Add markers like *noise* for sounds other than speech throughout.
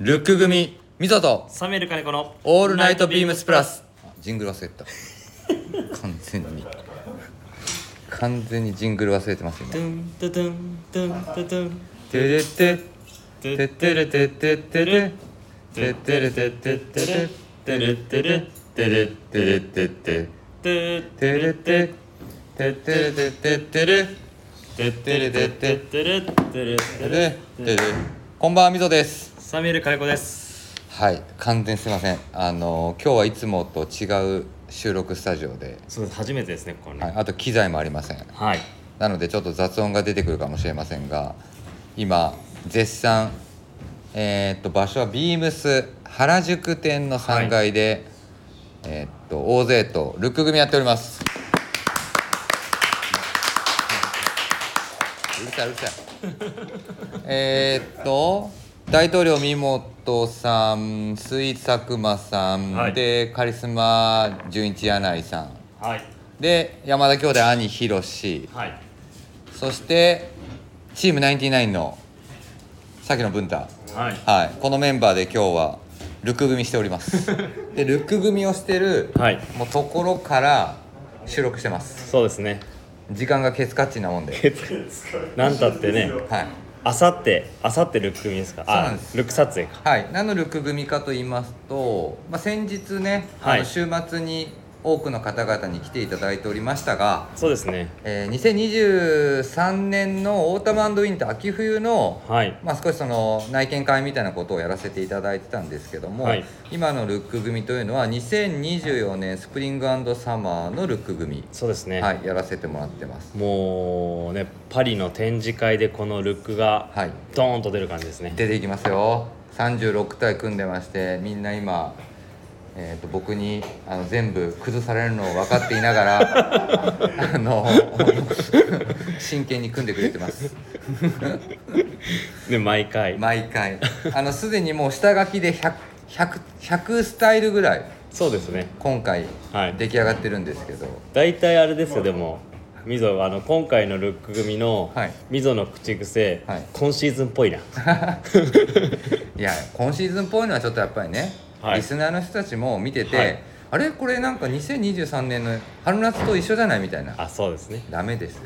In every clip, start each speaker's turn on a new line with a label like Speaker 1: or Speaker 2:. Speaker 1: ルック組ミサと
Speaker 2: 冷める金子の
Speaker 1: オールナイトビームスプラスジングル忘れてた完全に完全にジングル忘れてます今
Speaker 2: トゥントゥトゥントゥントゥトゥン
Speaker 1: てれて
Speaker 2: トゥ
Speaker 1: てってれてってってれてってれてってってれてれてれてれてれてって
Speaker 2: トゥ
Speaker 1: てれててってれてってってれてってれてってっ
Speaker 2: トゥルットゥルット
Speaker 1: て
Speaker 2: ゥル
Speaker 1: れてれこんばんはみぞです
Speaker 2: 冷める金子です
Speaker 1: はい完全すいませんあの今日はいつもと違う収録スタジオで、
Speaker 2: そうです初めてですねここね
Speaker 1: はい、あと機材もありません
Speaker 2: はい
Speaker 1: なのでちょっと雑音が出てくるかもしれませんが今絶賛えーっと場所はビームス原宿店の3階で、えーっと大勢とルック組やっておりますうるさいうるさ *laughs* いえーっと大統領三本さんスイーツ佐久間さん、
Speaker 2: はい
Speaker 1: でカリスマ純一柳井さん
Speaker 2: はい
Speaker 1: で山田兄弟兄ひろし
Speaker 2: はい
Speaker 1: そしてチーム99のさっきの文太
Speaker 2: はい
Speaker 1: はいこのメンバーで今日はルック組しております
Speaker 2: *laughs*
Speaker 1: でルック組をしてる、
Speaker 2: はい
Speaker 1: もうところから収録してます
Speaker 2: そうですね
Speaker 1: 時間がケツカッチンなもんで
Speaker 2: なんたってね
Speaker 1: はい
Speaker 2: あさってあさってルック組ですか
Speaker 1: そうなん
Speaker 2: あ
Speaker 1: です
Speaker 2: ルック撮影か
Speaker 1: はい何のルック組かと言いますと、まあ、先日ね、あ
Speaker 2: は
Speaker 1: の
Speaker 2: い
Speaker 1: 週末に多くの方々に来ていただいておりましたが、
Speaker 2: そうですね
Speaker 1: えー2023年のオータムウィンター秋冬の
Speaker 2: はい
Speaker 1: まあ、少しその内見会みたいなことをやらせていただいてたんですけども、
Speaker 2: はい
Speaker 1: 今のルック組というのは2024年スプリングサマーのルック組、
Speaker 2: そうですね
Speaker 1: はい、やらせてもらってます
Speaker 2: もうねパリの展示会でこのルックが
Speaker 1: はい
Speaker 2: ドーンと出る感じですね
Speaker 1: 出ていきますよ36体組んでましてみんな今、えー、と僕にあの全部崩されるのを分かっていながら
Speaker 2: *laughs*
Speaker 1: あの真剣に組んでくれてます
Speaker 2: ね毎回
Speaker 1: 毎回あのすでにもう下書きで100 100 100スタイルぐらい
Speaker 2: そうですね
Speaker 1: 今回
Speaker 2: はい
Speaker 1: 出来上がってるんですけど、
Speaker 2: 大体あれですよでもみぞあの今回のルック組の
Speaker 1: はい
Speaker 2: みぞの口癖、
Speaker 1: はい
Speaker 2: 今シーズンっぽいな
Speaker 1: い、や今シーズンっぽいのはちょっとやっぱりね、
Speaker 2: はい
Speaker 1: リスナーの人たちも見てて、
Speaker 2: はい
Speaker 1: あれこれなんか2023年の春夏と一緒じゃないみたいな
Speaker 2: あそうですね
Speaker 1: ダメです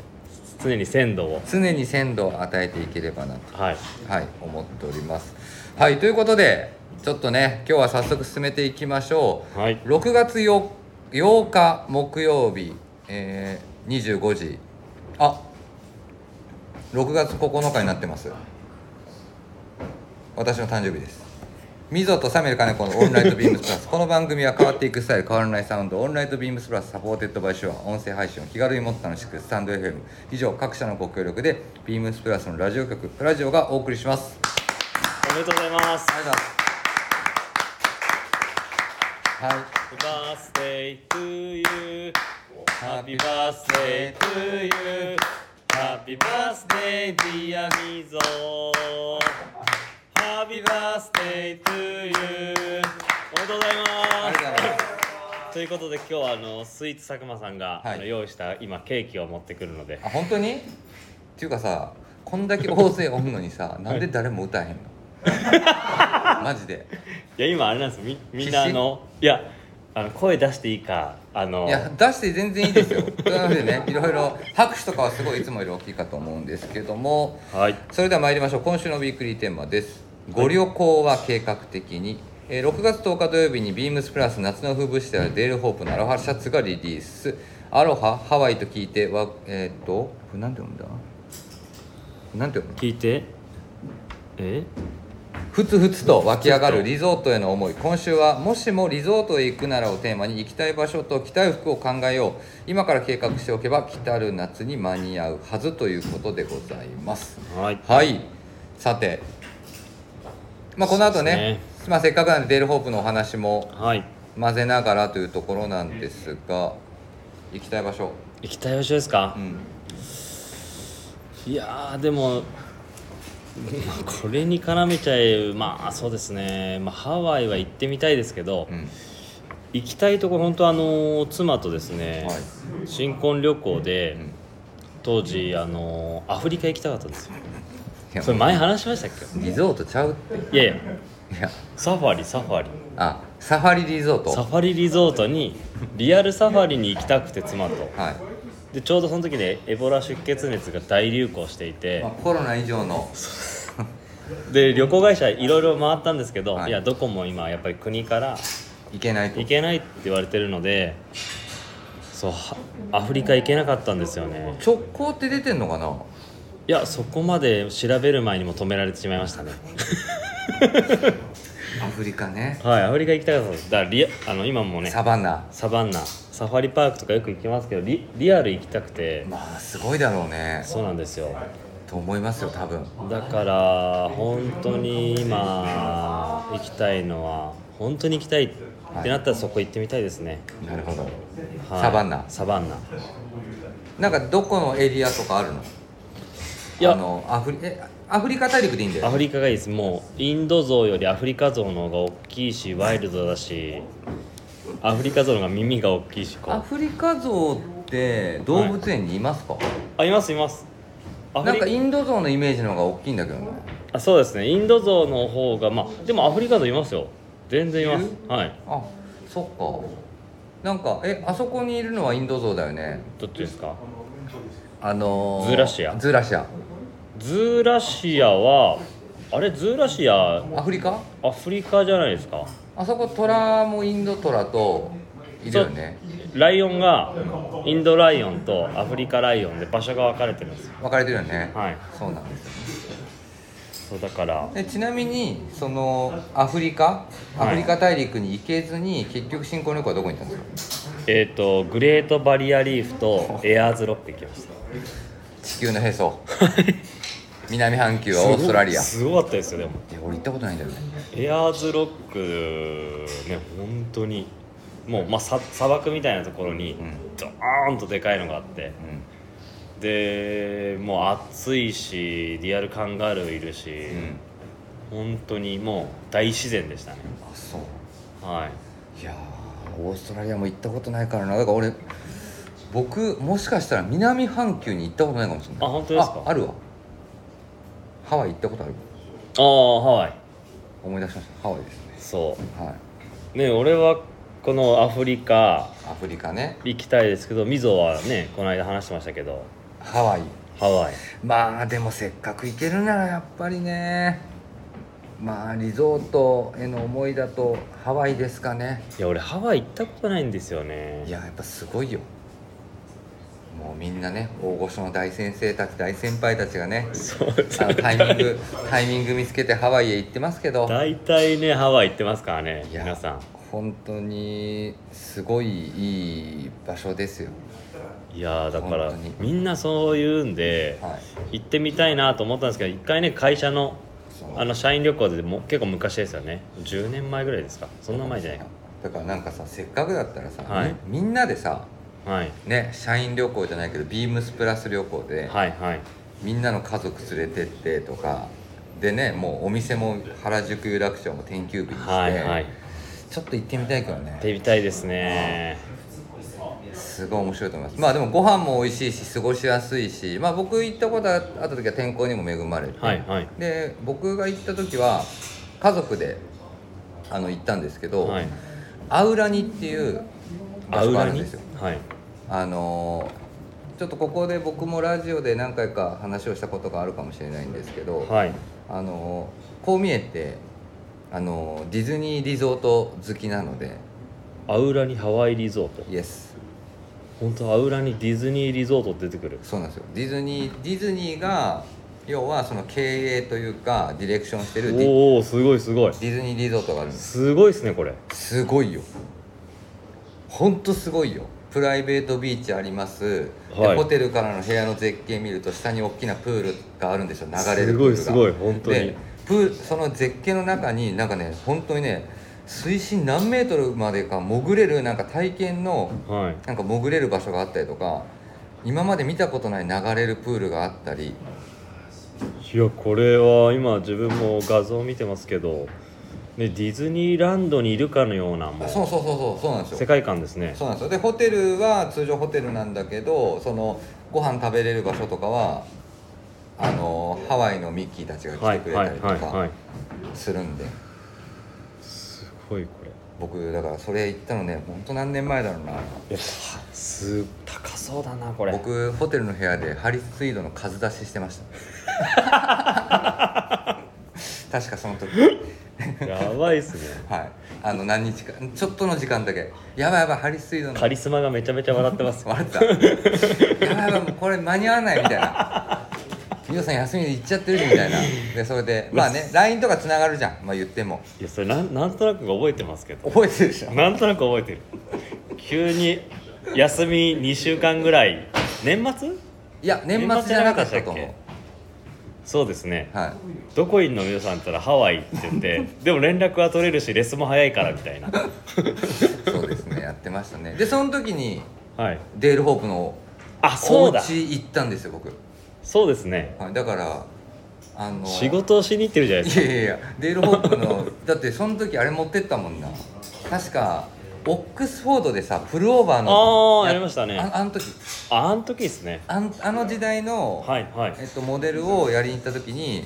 Speaker 2: 常に鮮度を
Speaker 1: 常に鮮度を与えていければなと
Speaker 2: はい
Speaker 1: はい思っておりますはいということでちょっとね今日は早速進めていきましょう、
Speaker 2: はい
Speaker 1: 6月 8, 8日木曜日、えー、25時あ6月9日になってます私の誕生日ですみぞとサメル金子のオンライトビームスプラスこの番組は変わっていくスタイル変わらないサウンドオンライトビームスプラスサポーテッドバイシュア音声配信を気軽にもっと楽しくスタンド FM 以上各社のご協力でビームスプラスのラジオ局プラジオがお送りします
Speaker 2: おめでとうございます
Speaker 1: ありがとうございますはい
Speaker 2: Happy birthday to you
Speaker 1: Happy
Speaker 2: Happy birthday to you Happy birthday dear Mizo Happy birthday to you おめでとうござい
Speaker 1: あ
Speaker 2: ま
Speaker 1: りがとうございます
Speaker 2: すということで今日はあのスイーツ佐久間さんが、
Speaker 1: はい
Speaker 2: あの用意した今ケーキを持ってくるので
Speaker 1: あ本当にっていうかさこんだけ大勢おんのにさなんで誰も歌えへんのマジで
Speaker 2: いや今あれなんですみみんなあのいやあの声出していいかあの
Speaker 1: いや出して全然いいですよなのでねいろいろ拍手とかはすごいいつもより大きいかと思うんですけども
Speaker 2: はい
Speaker 1: それでは参りましょう今週のウィークリーテーマですご旅行は計画的に、えー6月10日土曜日にビームスプラス夏の風物詩であるデールホープのアロハシャツがリリースアロハハワイと聞いてはえーっとこれなんて読むんだなんて読むの
Speaker 2: 聞いてえ
Speaker 1: ふつふつと湧き上がるリゾートへの思い今週は「もしもリゾートへ行くなら」をテーマに行きたい場所と着たい服を考えよう今から計画しておけば来たる夏に間に合うはずということでございます
Speaker 2: はい
Speaker 1: はいさてまあこの後ね
Speaker 2: そうで
Speaker 1: まあ、せっかくなんでデールホープのお話も
Speaker 2: はい
Speaker 1: 混ぜながらというところなんですが行きたい場所
Speaker 2: 行きたい場所ですか
Speaker 1: う、ん
Speaker 2: いやーでもまあこれに絡めちゃえまあそうですね、まあ、ハワイは行ってみたいですけど、
Speaker 1: うん
Speaker 2: 行きたいとこ本当あの妻とですね、
Speaker 1: は
Speaker 2: 新婚旅行で、
Speaker 1: うん
Speaker 2: 当時あのアフリカ行きたかったんですよ
Speaker 1: いや
Speaker 2: それ前話しましたっけ
Speaker 1: リゾートちゃうって
Speaker 2: いやいや
Speaker 1: いや
Speaker 2: サファリサファリ
Speaker 1: あサファリリゾート
Speaker 2: サファリリゾートにリアルサファリに行きたくて妻と
Speaker 1: はい、
Speaker 2: でちょうどその時でエボラ出血熱が大流行していて
Speaker 1: まあ、コロナ以上の
Speaker 2: で旅行会社いろいろ回ったんですけど、
Speaker 1: はい
Speaker 2: い、やどこも今やっぱり国から
Speaker 1: いけないと
Speaker 2: 行けないって言われてるのでそうはアフリカ行けなかったんですよね
Speaker 1: 直行って出てんのかない
Speaker 2: やそこまで調べる前にも止められてしまい
Speaker 1: *laughs*
Speaker 2: ましたね
Speaker 1: アフリカね
Speaker 2: はいアフリカ行きたかったですだからリアあの今もね
Speaker 1: サバンナ
Speaker 2: サバンナサファリパークとかよく行きますけどリリアル行きたくて
Speaker 1: まあすごいだろうね
Speaker 2: そうなんですよ
Speaker 1: と思いますよ多分
Speaker 2: だから本当に今行きたいのは本当に行きたいってなったらそこ行ってみたいですね、
Speaker 1: なるほど
Speaker 2: はい
Speaker 1: サバンナ
Speaker 2: サバンナ
Speaker 1: なんかどこのエリアとかあるの
Speaker 2: いや
Speaker 1: あのアフリえアフリカ大陸でいいんだ
Speaker 2: ア
Speaker 1: よ
Speaker 2: フリカがいいですもうインド像よりアフリカ像の方が大きいしワイルドだしアフリカ像の方が耳が大きいしこ
Speaker 1: ア
Speaker 2: う
Speaker 1: フリカゾウって動物園にいますか、
Speaker 2: あいますいますアフ
Speaker 1: なん
Speaker 2: リ
Speaker 1: か
Speaker 2: カ
Speaker 1: インドゾウのイメージの方が大きいんだけどね
Speaker 2: あそうですねインド像の方がまあでもアフリカ像いますよ全然いますはい
Speaker 1: あそっかなんかえあそこにいるのはインドゾウだよね
Speaker 2: どっちですか
Speaker 1: あのー
Speaker 2: ズーラシア
Speaker 1: ズーラシア
Speaker 2: ズーラシアはあれズーラシア
Speaker 1: アフリカ
Speaker 2: アフリカじゃないですか
Speaker 1: あそこトラもインドトラといるよね
Speaker 2: ライオンがインドライオンとアフリカライオンで場所が分かれてるんですよ
Speaker 1: 分かれてるよね、
Speaker 2: はい
Speaker 1: そうなんですよ
Speaker 2: そうだから
Speaker 1: でちなみにそのアフリカアフリカ大陸に行けずに、結局新婚旅行はどこに行ったんですか
Speaker 2: えっ、とグレートバリアリーフとエアーズロック行きました
Speaker 1: 地球のへそ南半球はオーストラリアい
Speaker 2: すごいすごかったですよでも
Speaker 1: や俺行ったことないんだよね
Speaker 2: エアーズロックね本当にもう、まあ、さ砂漠みたいなところに
Speaker 1: ん
Speaker 2: ドーンとでかいのがあってでもう暑いしリアルカンガルーいるし、
Speaker 1: うん、うん、
Speaker 2: 本当にもう大自然でしたね
Speaker 1: あそう
Speaker 2: はい
Speaker 1: いやーオーストラリアも行ったことないからなだから俺僕もしかしたら南半球に行ったことないかもしれない
Speaker 2: あ本当ですか
Speaker 1: ああるわハワイ行ったことある
Speaker 2: ああハワイ
Speaker 1: 思い出しましたハワイですね
Speaker 2: そ
Speaker 1: はいう
Speaker 2: ね俺はこのアフリカ
Speaker 1: アフリカね
Speaker 2: 行きたいですけどみぞはねこの間話してましたけど
Speaker 1: ハワイ
Speaker 2: ハワイ
Speaker 1: まあでもせっかく行けるならやっぱりねまあリゾートへの思いだとハワイですかね
Speaker 2: いや俺ハワイ行ったことないんですよね
Speaker 1: いややっぱすごいよもうみんなね大御所の大先生たち大先輩たちがね
Speaker 2: そう
Speaker 1: あのタイミングタイミング見つけてハワイへ行ってますけど
Speaker 2: 大体ねハワイ行ってますからね
Speaker 1: いや
Speaker 2: 皆さん
Speaker 1: 本当にすごいいい場所ですよ
Speaker 2: いやーだから
Speaker 1: 本当に
Speaker 2: みんなそう言うんで
Speaker 1: はい
Speaker 2: 行ってみたいなと思ったんですけど一回ね会社の
Speaker 1: そう
Speaker 2: あの社員旅行でも結構昔ですよね10年前ぐらいですかそんな前じゃない
Speaker 1: だからなんかさせっかくだったらさ、
Speaker 2: はい
Speaker 1: みみんなでさ
Speaker 2: かはい
Speaker 1: ね社員旅行じゃないけどビームスプラス旅行で、
Speaker 2: はいはい
Speaker 1: みんなの家族連れてってとかでねもうお店も原宿有楽町も天休日にして、
Speaker 2: はいはい
Speaker 1: ちょっと行ってみたいけどね
Speaker 2: 行ってみたいですね
Speaker 1: すごい面白いと思いますまあでもご飯も美味しいし過ごしやすいしまあ僕行ったことあった時は天候にも恵まれて、
Speaker 2: はいはい
Speaker 1: で僕が行った時は家族であの行ったんですけど、
Speaker 2: はい
Speaker 1: アウラニっていう場
Speaker 2: ア
Speaker 1: 所
Speaker 2: ウ
Speaker 1: があ
Speaker 2: ラ
Speaker 1: るん
Speaker 2: に
Speaker 1: ですよ
Speaker 2: はい
Speaker 1: あのーちょっとここで僕もラジオで何回か話をしたことがあるかもしれないんですけど、
Speaker 2: はい
Speaker 1: あのーこう見えてあのーディズニーリゾート好きなので
Speaker 2: アウラにハワイリゾート
Speaker 1: イエス
Speaker 2: 本当アウラにディズニーリゾート出てくる
Speaker 1: そうなんですよディズニーディズニーが要はその経営というかディレクションしてるディ
Speaker 2: おおすごいすごい
Speaker 1: ディズニーリゾートがあるんです
Speaker 2: すごいですねこれ
Speaker 1: すごいよほんとすごいよプライベートビーチあります、で
Speaker 2: はい
Speaker 1: ホテルからの部屋の絶景見ると下に大きなプールがあるんですよ流れる
Speaker 2: す
Speaker 1: プー
Speaker 2: ご
Speaker 1: ル
Speaker 2: い
Speaker 1: が
Speaker 2: すごい本当に
Speaker 1: でプールその絶景の中になんかね本当にね水深何メートルまでか潜れるなんか体験の
Speaker 2: はい
Speaker 1: なんか潜れる場所があったりとか今まで見たことない流れるプールがあったり
Speaker 2: いやこれは今自分も画像を見てますけど、ね、ディズニーランドにいるかのようなも
Speaker 1: あそう
Speaker 2: う
Speaker 1: そうそうそうそうなんです
Speaker 2: 世
Speaker 1: よ
Speaker 2: 界観ですね
Speaker 1: そうなんですよでホテルは通常ホテルなんだけどそのご飯食べれる場所とかはあのハワイのミッキーたちが
Speaker 2: は
Speaker 1: 来
Speaker 2: い
Speaker 1: てくれ
Speaker 2: はい
Speaker 1: たりと
Speaker 2: はいは
Speaker 1: か
Speaker 2: い
Speaker 1: するんで、
Speaker 2: ごいこれ
Speaker 1: 僕だからそれ行ったのねほんと何年前だろうない
Speaker 2: やす高そうだなこれ
Speaker 1: 僕ホテルの部屋でハリス・ツイードの数出ししてました
Speaker 2: *laughs*
Speaker 1: 確かその時
Speaker 2: やばいっすね
Speaker 1: はいあの何日かちょっとの時間だけやばいやばいハリス・ツイードの
Speaker 2: カリスマがめちゃめちゃ笑っ
Speaker 1: *laughs*
Speaker 2: てます
Speaker 1: 笑ってたやばいやばいもうこれ間に合わないみたいな美桜さん休みで行っちゃってるしみたいなでそれでまあね LINE とかつながるじゃんまあ言っても
Speaker 2: いやそれなんなんとなく覚えてますけど
Speaker 1: 覚えてるでしょ
Speaker 2: なんとなく覚えてる急に休み2週間ぐらい年末
Speaker 1: いや年末じゃなかったと思
Speaker 2: 年末じゃなかったっ
Speaker 1: う
Speaker 2: そうですね
Speaker 1: はい
Speaker 2: どこいんの皆さんって言ったらハワイって言ってでも連絡は取れるしレスも早いからみたいな
Speaker 1: そうですねやってましたねでその時に
Speaker 2: はい
Speaker 1: デール・ホープの
Speaker 2: あそ
Speaker 1: お
Speaker 2: うだ
Speaker 1: 家行ったんですよ僕
Speaker 2: そうですね
Speaker 1: はい、だからあの
Speaker 2: 仕事をしに行ってるじゃないで
Speaker 1: い
Speaker 2: すか
Speaker 1: やいやいやデール・ホープのだってその時あれ持ってったもんな確かオックスフォードでさプルオーバーの
Speaker 2: あー
Speaker 1: や
Speaker 2: ありましたね
Speaker 1: ああの時
Speaker 2: ああの時ですね
Speaker 1: あんあの時代の、
Speaker 2: はいはい
Speaker 1: えっと、モデルをやりに行った時に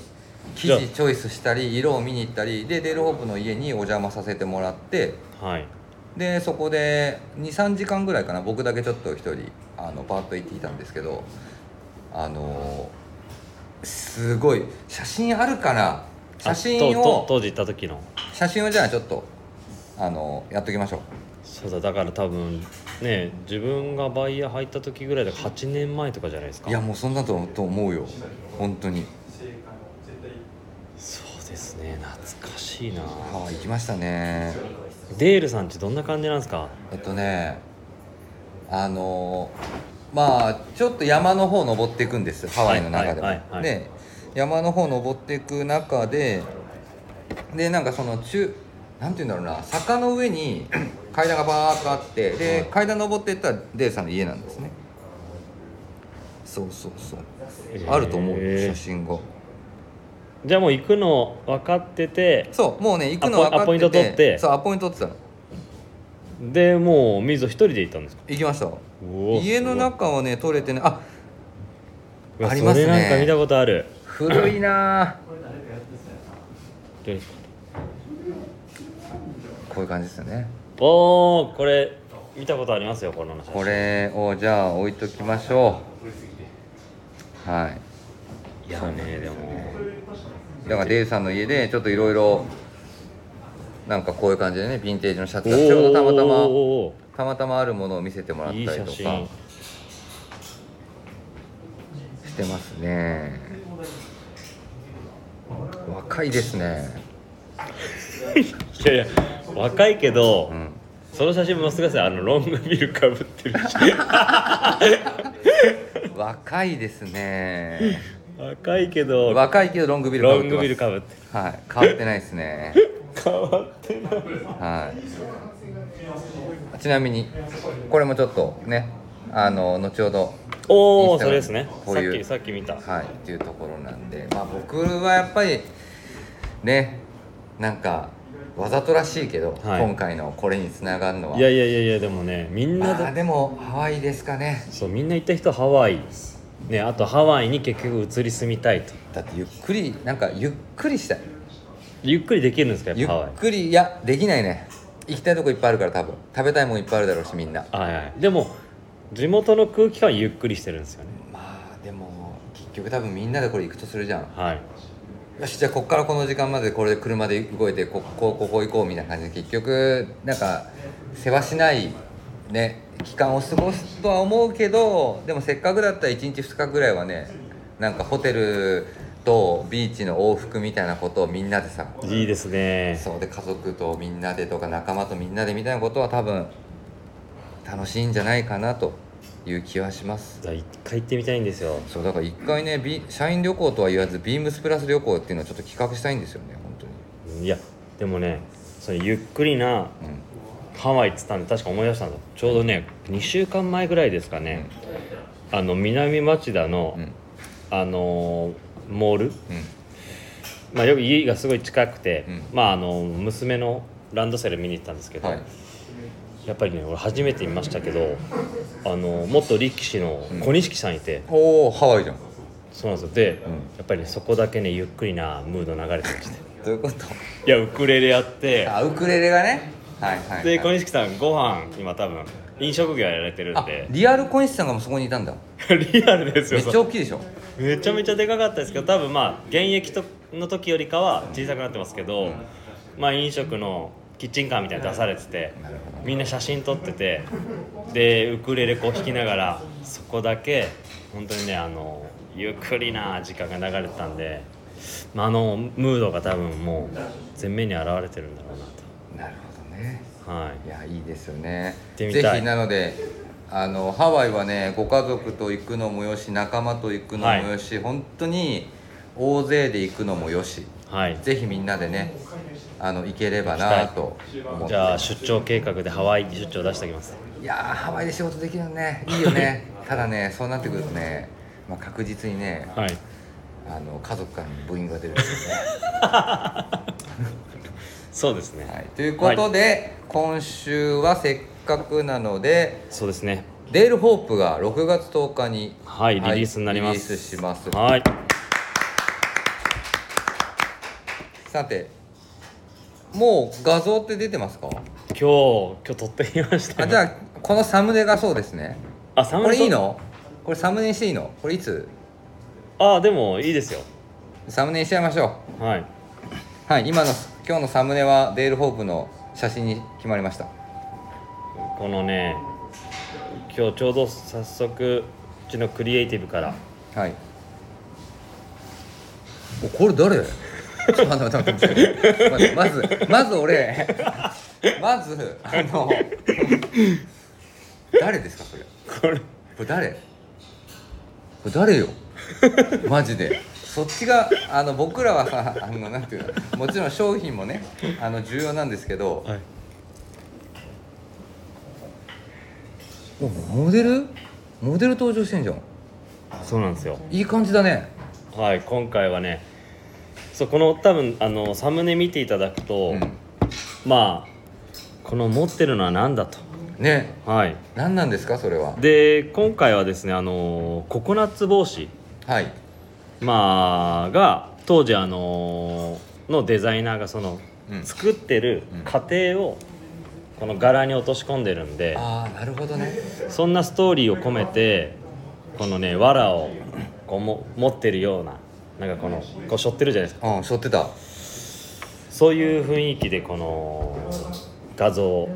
Speaker 1: 生
Speaker 2: じゃあ
Speaker 1: 地チョイスしたり色を見に行ったりでデール・ホープの家にお邪魔させてもらって
Speaker 2: はい
Speaker 1: でそこで23時間ぐらいかな僕だけちょっと一人あのパーッと行っていたんですけどあのーすごい写真あるかな写
Speaker 2: あ
Speaker 1: 真
Speaker 2: とと
Speaker 1: を
Speaker 2: 当時行った時の
Speaker 1: 写真をじゃあちょっとあのやっときましょう
Speaker 2: そうだだから多分ね自分がバイヤー入った時ぐらいだから8年前とかじゃないですか
Speaker 1: いやもうそんなとと思うよ本当に
Speaker 2: そうですね懐かしいな
Speaker 1: ハワイ行きましたね
Speaker 2: デールさんちどんな感じなんですか
Speaker 1: えっとねあのまあちょっと山の方登っていくんですハワイの中でも、
Speaker 2: はいはいはい
Speaker 1: で山の方登っていく中ででなんかその中なんて言うんだろうな坂の上に *clears throat* 階段がバーッとあってで、
Speaker 2: はい
Speaker 1: 階段登っていったらデーさんの家なんですねそうそうそう、あると思う
Speaker 2: へー
Speaker 1: 写真が
Speaker 2: じゃあもう行くの分かってて
Speaker 1: そうもうね行くの分
Speaker 2: ア
Speaker 1: か
Speaker 2: ポ
Speaker 1: っ
Speaker 2: イント
Speaker 1: て
Speaker 2: 取
Speaker 1: て
Speaker 2: って
Speaker 1: そうアポイント取ってたの
Speaker 2: でもう水野一人で行ったんですか
Speaker 1: 行きました
Speaker 2: うお
Speaker 1: 家の中はね取れてねあ
Speaker 2: うわ
Speaker 1: ありますね
Speaker 2: それなんか見たことある
Speaker 1: 古いなあ
Speaker 2: どれですか
Speaker 1: こういう感じですよね
Speaker 2: おおこれ見たことありますよこの話
Speaker 1: これをじゃあ置いときましょうはい
Speaker 2: いやねでも
Speaker 1: だからデイさんの家でちょっといろいろなんかこういう感じでねヴィンテージのシャツがちょうどたまたま
Speaker 2: おー
Speaker 1: たまたまあるものを見せてもらった
Speaker 2: い
Speaker 1: り
Speaker 2: い
Speaker 1: と
Speaker 2: 写
Speaker 1: か
Speaker 2: 真
Speaker 1: してますね若いですね
Speaker 2: いやいや若いけど、
Speaker 1: うん
Speaker 2: その写真もすがさあのロングビルかぶってるし
Speaker 1: 若いですね
Speaker 2: 若いけど
Speaker 1: 若いけどロングビル
Speaker 2: ロングビル
Speaker 1: か
Speaker 2: かぶってる
Speaker 1: ぶってますはい変わってないですね
Speaker 2: 変わってない
Speaker 1: はい、ちなみにこれもちょっとねあの後ほど
Speaker 2: お
Speaker 1: イ
Speaker 2: お
Speaker 1: ンスタ
Speaker 2: それですね
Speaker 1: こう
Speaker 2: さっ
Speaker 1: い
Speaker 2: き
Speaker 1: う
Speaker 2: さっき見た
Speaker 1: はいっていうところなんで、まあ、僕はやっぱりねなんかわざとらしいけど、
Speaker 2: はい
Speaker 1: 今回のこれにつながるのはい
Speaker 2: やいやいやいやでもねみんな
Speaker 1: まあ
Speaker 2: だ
Speaker 1: でもハワイですかね
Speaker 2: そうみんな行った人ハワイねあとハワイに結局移り住みたいと
Speaker 1: だってゆっくりなんかゆっくりしたい
Speaker 2: ゆっくりできるんですかや
Speaker 1: ゆ
Speaker 2: っ
Speaker 1: っ
Speaker 2: ぱハワイ
Speaker 1: くりいやできないね行きたいとこいっぱいあるから多分食べたいもんいっぱいあるだろうしみんな
Speaker 2: はいはいでも地元の空気感はゆっくりしてるんですよね
Speaker 1: まあでも結局多分みんなでこれ行くとするじゃん
Speaker 2: はい
Speaker 1: よしじゃあこっからこの時間までこれで車で動いてここここ行こうみたいな感じで結局なんか世話しないね期間を過ごすとは思うけどでもせっかくだったら1日2日ぐらいはねなんかホテルとビーチの往復みたいなことをみんなでさ
Speaker 2: いいですね
Speaker 1: そうで家族とみんなでとか仲間とみんなでみたいなことは多分楽しいんじゃないかなという気はします
Speaker 2: じゃあ一回行ってみたいんですよ
Speaker 1: そうだから一回ねビ社員旅行とは言わずビームスプラス旅行っていうのをちょっと企画したいんですよね本当に。
Speaker 2: いやでもねそれゆっくりな
Speaker 1: うん
Speaker 2: ハワイっつったんで確か思い出したんだちょうどね2週間前ぐらいですかね、あの南町田の、
Speaker 1: うん
Speaker 2: あのーモール、
Speaker 1: う
Speaker 2: まあ、よく家がすごい近くて、
Speaker 1: うん
Speaker 2: まああの娘のランドセル見に行ったんですけ
Speaker 1: ん、
Speaker 2: ど、
Speaker 1: はい。
Speaker 2: やっぱりね俺初めて見ましたけどあの元力士の小錦さんいて、
Speaker 1: おお、ハワイじゃん。
Speaker 2: そうなんですよで、
Speaker 1: ん
Speaker 2: やっぱりねそこだけねゆっくりなムード流れてまして
Speaker 1: どういうこと
Speaker 2: いやウクレレやって
Speaker 1: あウクレレがねはいはい、はい、
Speaker 2: で小錦さんご飯今多分飲食業やられてるん
Speaker 1: あ
Speaker 2: で
Speaker 1: リアル小西さんがもうそこにいたんだ
Speaker 2: リアルです
Speaker 1: め
Speaker 2: よ
Speaker 1: っち
Speaker 2: そ
Speaker 1: ゃ
Speaker 2: れ
Speaker 1: 大きいでしょ
Speaker 2: めちゃめちゃでかかったですけど多分まあ現役との時よりかは小さくなってますけど、まあ飲食のキッチンカーみたいに出されててみんな写真撮っててでウクレレこう弾きながらそこだけ本当にねあのゆっくりな時間が流れてたんで、まあ、あのムードが多分もう全面に現れてるんだろうな
Speaker 1: なるほどね
Speaker 2: とはい
Speaker 1: いやいいですよねぜ
Speaker 2: 行ってみたい
Speaker 1: ひなのであのハワイはねご家族と行くのもよし仲間と行くのもよし、本当に大勢で行くのもよし
Speaker 2: はい
Speaker 1: ぜひみんなでねあの行ければなと思って
Speaker 2: じゃあ出張計画でハワイ出張出しておきます
Speaker 1: いやーハワイで仕事できるのねいいよねただねそうなってくるとね、まあ、確実にね
Speaker 2: はい
Speaker 1: あの家族からのブーイングが出るんですよね
Speaker 2: そうですね、
Speaker 1: はい、ということで、今週はせっかくなので
Speaker 2: そうですね
Speaker 1: デール・ホープが6月10日に、
Speaker 2: はいリリースになりま
Speaker 1: リ
Speaker 2: す
Speaker 1: リースします
Speaker 2: はい
Speaker 1: さてもう画像って出てますか
Speaker 2: 今日今日撮ってきました
Speaker 1: あ
Speaker 2: よ
Speaker 1: じゃあこのサムネがそうですね
Speaker 2: あサムネ
Speaker 1: こ
Speaker 2: 撮
Speaker 1: れいいのこれサムネにしていいのこれいつ
Speaker 2: あでもいいですよ
Speaker 1: サムネにしちゃいましょ
Speaker 2: はいう
Speaker 1: はい今の今日のサムネはデール・ホープの写真に決まりました
Speaker 2: このね今日ちょうど早速うちのクリエイティブから
Speaker 1: はいおこれ誰ちょっと待って待って待って待ってまずまず俺まずあの誰ですかそれこ
Speaker 2: これ
Speaker 1: れ誰これ誰よマジでそっちがあの僕らはさあのなんていうのもちろん商品もねあの重要なんですけど
Speaker 2: はい
Speaker 1: おモデルモデル登場してんじゃん
Speaker 2: そうなんですよ
Speaker 1: いい感じだね
Speaker 2: はい今回はねそうこの多分あのサムネ見ていただくと、
Speaker 1: うん
Speaker 2: まあこの持ってるのは何だと
Speaker 1: ね
Speaker 2: はい
Speaker 1: 何なんですかそれは
Speaker 2: で今回はですねあのココナッツ帽子
Speaker 1: はい
Speaker 2: まあが当時あののデザイナーがその
Speaker 1: うん
Speaker 2: 作ってる過程をこの柄に落とし込んでるんで
Speaker 1: ああなるほどね
Speaker 2: そんなストーリーを込めてこのね藁をこうも持ってるようななんかこのこう背負ってるじゃないですか
Speaker 1: うん、しょってた。
Speaker 2: そういう雰囲気でこの画像を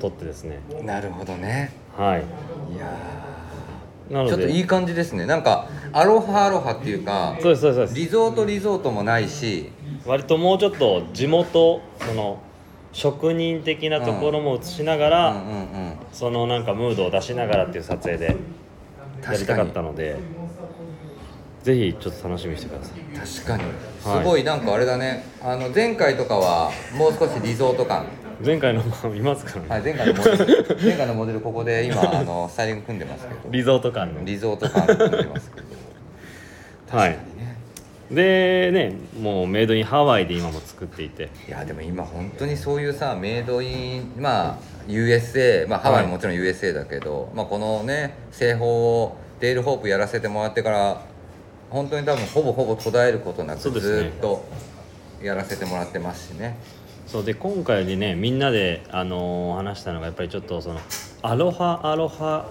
Speaker 2: 撮ってですね
Speaker 1: なるほどね。
Speaker 2: はい
Speaker 1: いや
Speaker 2: な
Speaker 1: ーちょ
Speaker 2: の
Speaker 1: っとい
Speaker 2: で
Speaker 1: い感じですね。なんか、アロハアロハっていうか、
Speaker 2: そうですそうですそうです
Speaker 1: リゾートリゾートもないし、
Speaker 2: 割ともうちょっと地元その職人的なところも映しながら、
Speaker 1: うんうんうん。
Speaker 2: そのなんかムードを出しながらっていう撮影でやり
Speaker 1: 確
Speaker 2: た
Speaker 1: か
Speaker 2: か
Speaker 1: に。
Speaker 2: った
Speaker 1: 確
Speaker 2: のでぜひちょっと楽しみにしてください
Speaker 1: かに。すごい、なんかあれだね。あの、前回とかは、もう少しリゾート感。
Speaker 2: 前回のもいますからね、
Speaker 1: はい、前回のモデル、前回のモデルここで今、あの、スタイリング組んでますけど、
Speaker 2: リゾート感の
Speaker 1: リゾート感組んでますけど。
Speaker 2: はい
Speaker 1: ね
Speaker 2: でねもうメイドインハワイで今も作っていて
Speaker 1: いやでも今本当にそういうさメイドインまあ USA、まあ、ハワイももちろん USA だけど、まあ、このね製法をデール・ホープやらせてもらってから本当に多分ほぼほぼ途絶えることなく
Speaker 2: そうですね
Speaker 1: ずっとやらせてもらってますしね
Speaker 2: そうで今回でねみんなで、あのー話したのがやっぱりちょっとそのアロハアロハ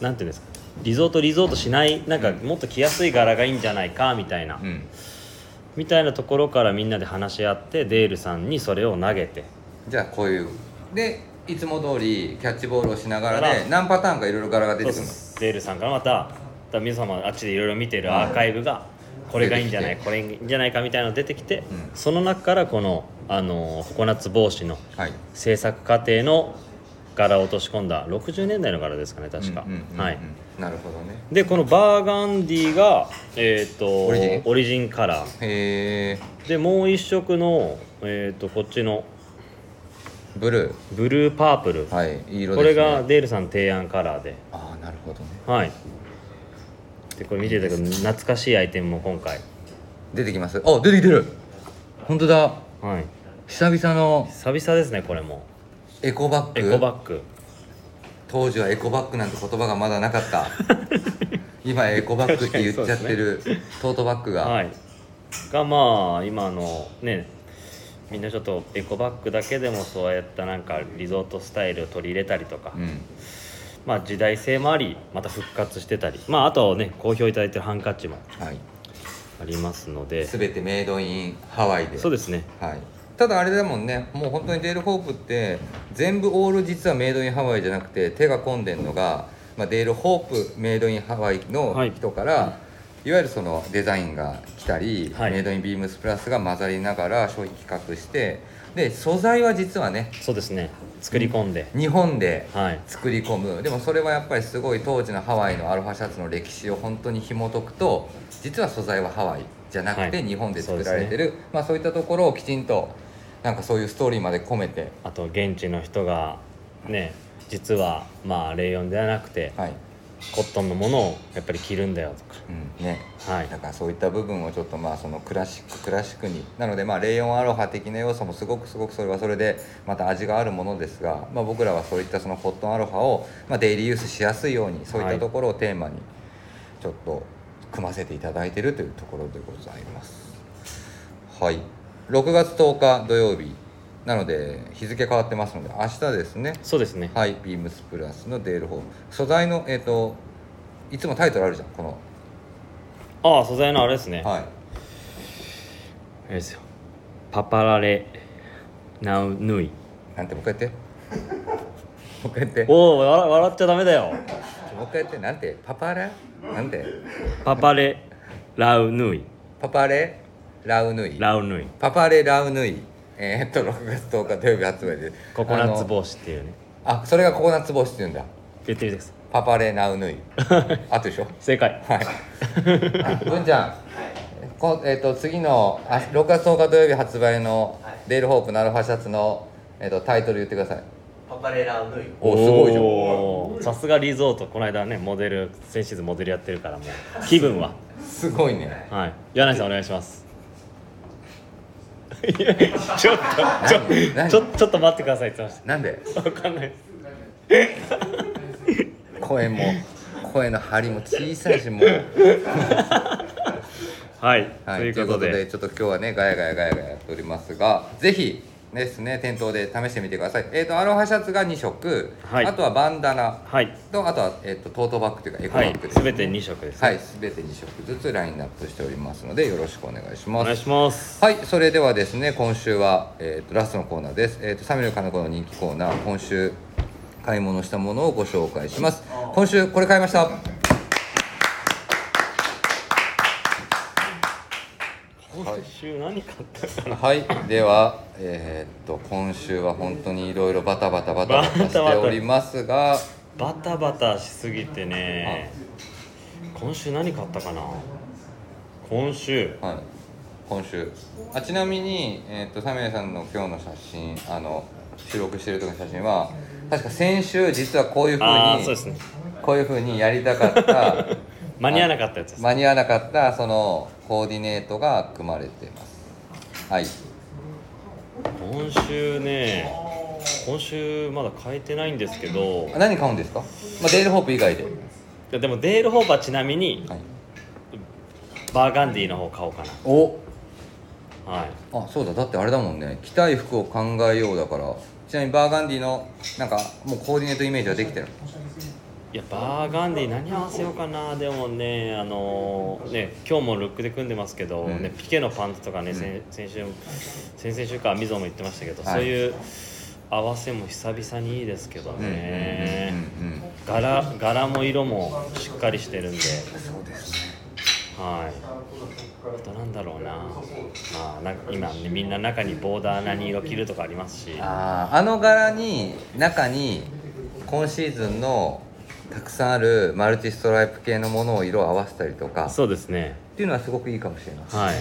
Speaker 2: なんていうんですかリゾートリゾートしないなんかもっと着やすい柄がいいんじゃないかみたいな、
Speaker 1: うん
Speaker 2: みたいなところからみんなで話し合ってデールさんにそれを投げて
Speaker 1: じゃあこういうでいつも通りキャッチボールをしながら
Speaker 2: だか
Speaker 1: で、
Speaker 2: ら
Speaker 1: 何パターンかいろいろ柄が出
Speaker 2: そ
Speaker 1: て
Speaker 2: うで
Speaker 1: くるの
Speaker 2: すデールさんからまた多分皆様あっちでいろいろ見てるアーカイブがこれがいいんじゃない
Speaker 1: 出て
Speaker 2: これいいんじゃないかみたいなの出てきて、
Speaker 1: うん
Speaker 2: その中からこの、あのーココナッツ帽子の
Speaker 1: はい
Speaker 2: 制作過程の柄を落とし込んだ60年代の柄ですかね確か、
Speaker 1: うんうんうんうん
Speaker 2: はい
Speaker 1: なるほどね
Speaker 2: でこのバーガンディがえっ、と
Speaker 1: オリジン
Speaker 2: オリジンカラー
Speaker 1: へえ
Speaker 2: でもう一色のえっ、とこっちの
Speaker 1: ブル
Speaker 2: ブルーパープル、
Speaker 1: ーはいいい色
Speaker 2: こ
Speaker 1: で
Speaker 2: れ
Speaker 1: すね
Speaker 2: がデールさんの提案カラーで
Speaker 1: ああなるほどね
Speaker 2: はいでこれ見ていただくと懐かしいアイテムも今回
Speaker 1: 出てきますあ出てきてる本当だ
Speaker 2: はい
Speaker 1: 久々の
Speaker 2: 久々ですねこれも
Speaker 1: エコバッ
Speaker 2: エ
Speaker 1: グ
Speaker 2: コバッグ
Speaker 1: 当時はエコバッグなんて言葉がまだなかった
Speaker 2: *laughs*
Speaker 1: 今エコバッグって言っちゃってるトートバッグが、
Speaker 2: はいがまあ今のねみんなちょっとエコバッグだけでもそうやったなんかリゾートスタイルを取り入れたりとか、
Speaker 1: うん
Speaker 2: まあ、時代性もありまた復活してたり、まあ、あとね好評いただいてるハンカチも
Speaker 1: はい、
Speaker 2: ありますので
Speaker 1: 全てメイドインハワイで
Speaker 2: そうですね
Speaker 1: はい、ただあれだもんねもう本当にデール・ホープって全部オール実はメイドインハワイじゃなくて手が込んでんのが、まあ、デール・ホープメイドインハワイの人から、い、わゆるそのデザインが来たり、
Speaker 2: はい
Speaker 1: メイドインビームスプラスが混ざりながら商品企画してで素材は実はね
Speaker 2: そうですね作り込んで、
Speaker 1: 日本で
Speaker 2: はい
Speaker 1: 作り込むでもそれはやっぱりすごい当時のハワイのアロハシャツの歴史を本当に紐解くと実は素材はハワイじゃなく
Speaker 2: は
Speaker 1: て
Speaker 2: い
Speaker 1: 日本で作
Speaker 2: そ
Speaker 1: ら
Speaker 2: う
Speaker 1: れ
Speaker 2: です
Speaker 1: て
Speaker 2: ね
Speaker 1: る、まあ、そういったところをきちんとなんかそういうストーリーまで込めて、
Speaker 2: あと現地の人がね実はまあレイヨンではなくて
Speaker 1: はい
Speaker 2: コットンのものをやっぱり着るんだよとか
Speaker 1: うんね、
Speaker 2: はい
Speaker 1: だからそういった部分をちょっとまあそのクラシッククラシックになのでまあレイオンアロハ的な要素もすごくすごくそれはそれでまた味があるものですが、まあ、僕らはそういったそのコットンアロハをまあデイリーユースしやすいようにそういったところをテーマにちょっと組ませていただいているというところでございます。はい、6月10日土曜日なので日付変わってますので明日ですね
Speaker 2: そうですね
Speaker 1: はいビームスプラスのデールホーム素材のえっ、といつもタイトルあるじゃんこの
Speaker 2: ああ素材のあれですねあ
Speaker 1: はい
Speaker 2: れですよパパラレナウヌイ
Speaker 1: なんてもう一回やってもう一回やっても
Speaker 2: おお笑笑っちゃダメだよ
Speaker 1: う一回やってなんてパパラなんて
Speaker 2: パパレラウヌイ
Speaker 1: パパレラウヌイ
Speaker 2: ラウヌイ
Speaker 1: パパレラウヌイえーっと6月10日土曜日発売で
Speaker 2: ココナッツ帽子っていうね
Speaker 1: あのあそれがココナッツ帽子って言うんだ
Speaker 2: 言ってみてください
Speaker 1: パパレラウ
Speaker 2: *laughs*
Speaker 1: ヌイあとでしょ
Speaker 2: 正解
Speaker 1: はい文ちゃんこえーっと次のあ6月10日土曜日発売のデールホープナルファシャツの、えーっとタイトル言ってください
Speaker 3: パパレラウヌイ
Speaker 1: おすごいじゃん
Speaker 2: おーさすがリゾートこの間ねモデル先シーズンモデルやってるからも *laughs* う気分は
Speaker 1: すごいね
Speaker 2: はい柳井さんお願いしますいやちょっとちょ
Speaker 1: 何
Speaker 2: ちょちょっと待ってくださいって言って
Speaker 1: なんで
Speaker 2: ましたわかんないです
Speaker 1: 声も声の張りも小さいし
Speaker 2: *laughs*
Speaker 1: もう
Speaker 2: はい、
Speaker 1: はい、
Speaker 2: と
Speaker 1: と
Speaker 2: い
Speaker 1: いうう
Speaker 2: こ
Speaker 1: ことと
Speaker 2: で
Speaker 1: でちょっと今日はねガヤガヤガヤガヤやっておりますがぜひですね店頭で試してみてくださいえっ、とアロハシャツが2色、
Speaker 2: はい
Speaker 1: あとはバンダナ
Speaker 2: はい
Speaker 1: とあとは、えー、とトートバッグというかエコ
Speaker 2: は
Speaker 1: バッ
Speaker 2: い
Speaker 1: グです、
Speaker 2: すべて2色です、
Speaker 1: はい、すべて2色ずつラインナップしておりますのでよろしくお願いし
Speaker 2: お
Speaker 1: ま
Speaker 2: 願い
Speaker 1: す
Speaker 2: します
Speaker 1: はいそれではですね今週は、えー、とラストのコーナーです、えー、とサミュエルカナコの人気コーナー今週買い物したものをご紹介します今週これ買いました
Speaker 2: 今週何買ったか
Speaker 1: はい、では、えーっと、今週は本当にいろいろバタバタバタバタしておりますが。
Speaker 2: バタバタしすぎてね今週何買ったかな今週
Speaker 1: はい、今週、あ、ちなみに、えーっと、サミュエルさんの今日の写真、あの、収録してる時の写真は。確か先週、実はこういう
Speaker 2: ああそう
Speaker 1: 風
Speaker 2: で
Speaker 1: に、
Speaker 2: すね
Speaker 1: こういう風にやりたかった。
Speaker 2: *laughs* 間に合わなかったやつです
Speaker 1: 間に合わなかった、その、コーディネートが組まれてます。はい、
Speaker 2: 今週ね今週まだ変えてないんですけどい
Speaker 1: あ何買うんですか。まあ、デールホープ以外で。
Speaker 2: やでもデールホーバーちなみに
Speaker 1: はい。
Speaker 2: バーガンディの方買おうか
Speaker 1: お。
Speaker 2: なはい
Speaker 1: あそうだだってあれだもんね着たい服を考えようだからちなみにバーガンディのなんかもうコーディネートイメージはできてる
Speaker 2: いやバーガンディ何合わせようかなでもねあのーね今日もルックで組んでますけど、
Speaker 1: うん
Speaker 2: ね、ピケのパンツとかね、先先週先々週かみぞも言ってましたけど、
Speaker 1: はい
Speaker 2: そういう合わせも久々にいいですけど
Speaker 1: うんうんうん
Speaker 2: ね、
Speaker 1: うんうん
Speaker 2: 柄柄も色もしっかりしてるんで
Speaker 1: そうですね
Speaker 2: はいあとなんだろうなまあなんか今、ね、みんな中にボーダー何色着るとかありますし
Speaker 1: あーあの柄に中に今シーズンのたくさんあるマルチストライプ系のものを色を合わせたりとかっ
Speaker 2: そうですね
Speaker 1: ていうのはすごくいいかもしれない
Speaker 2: はい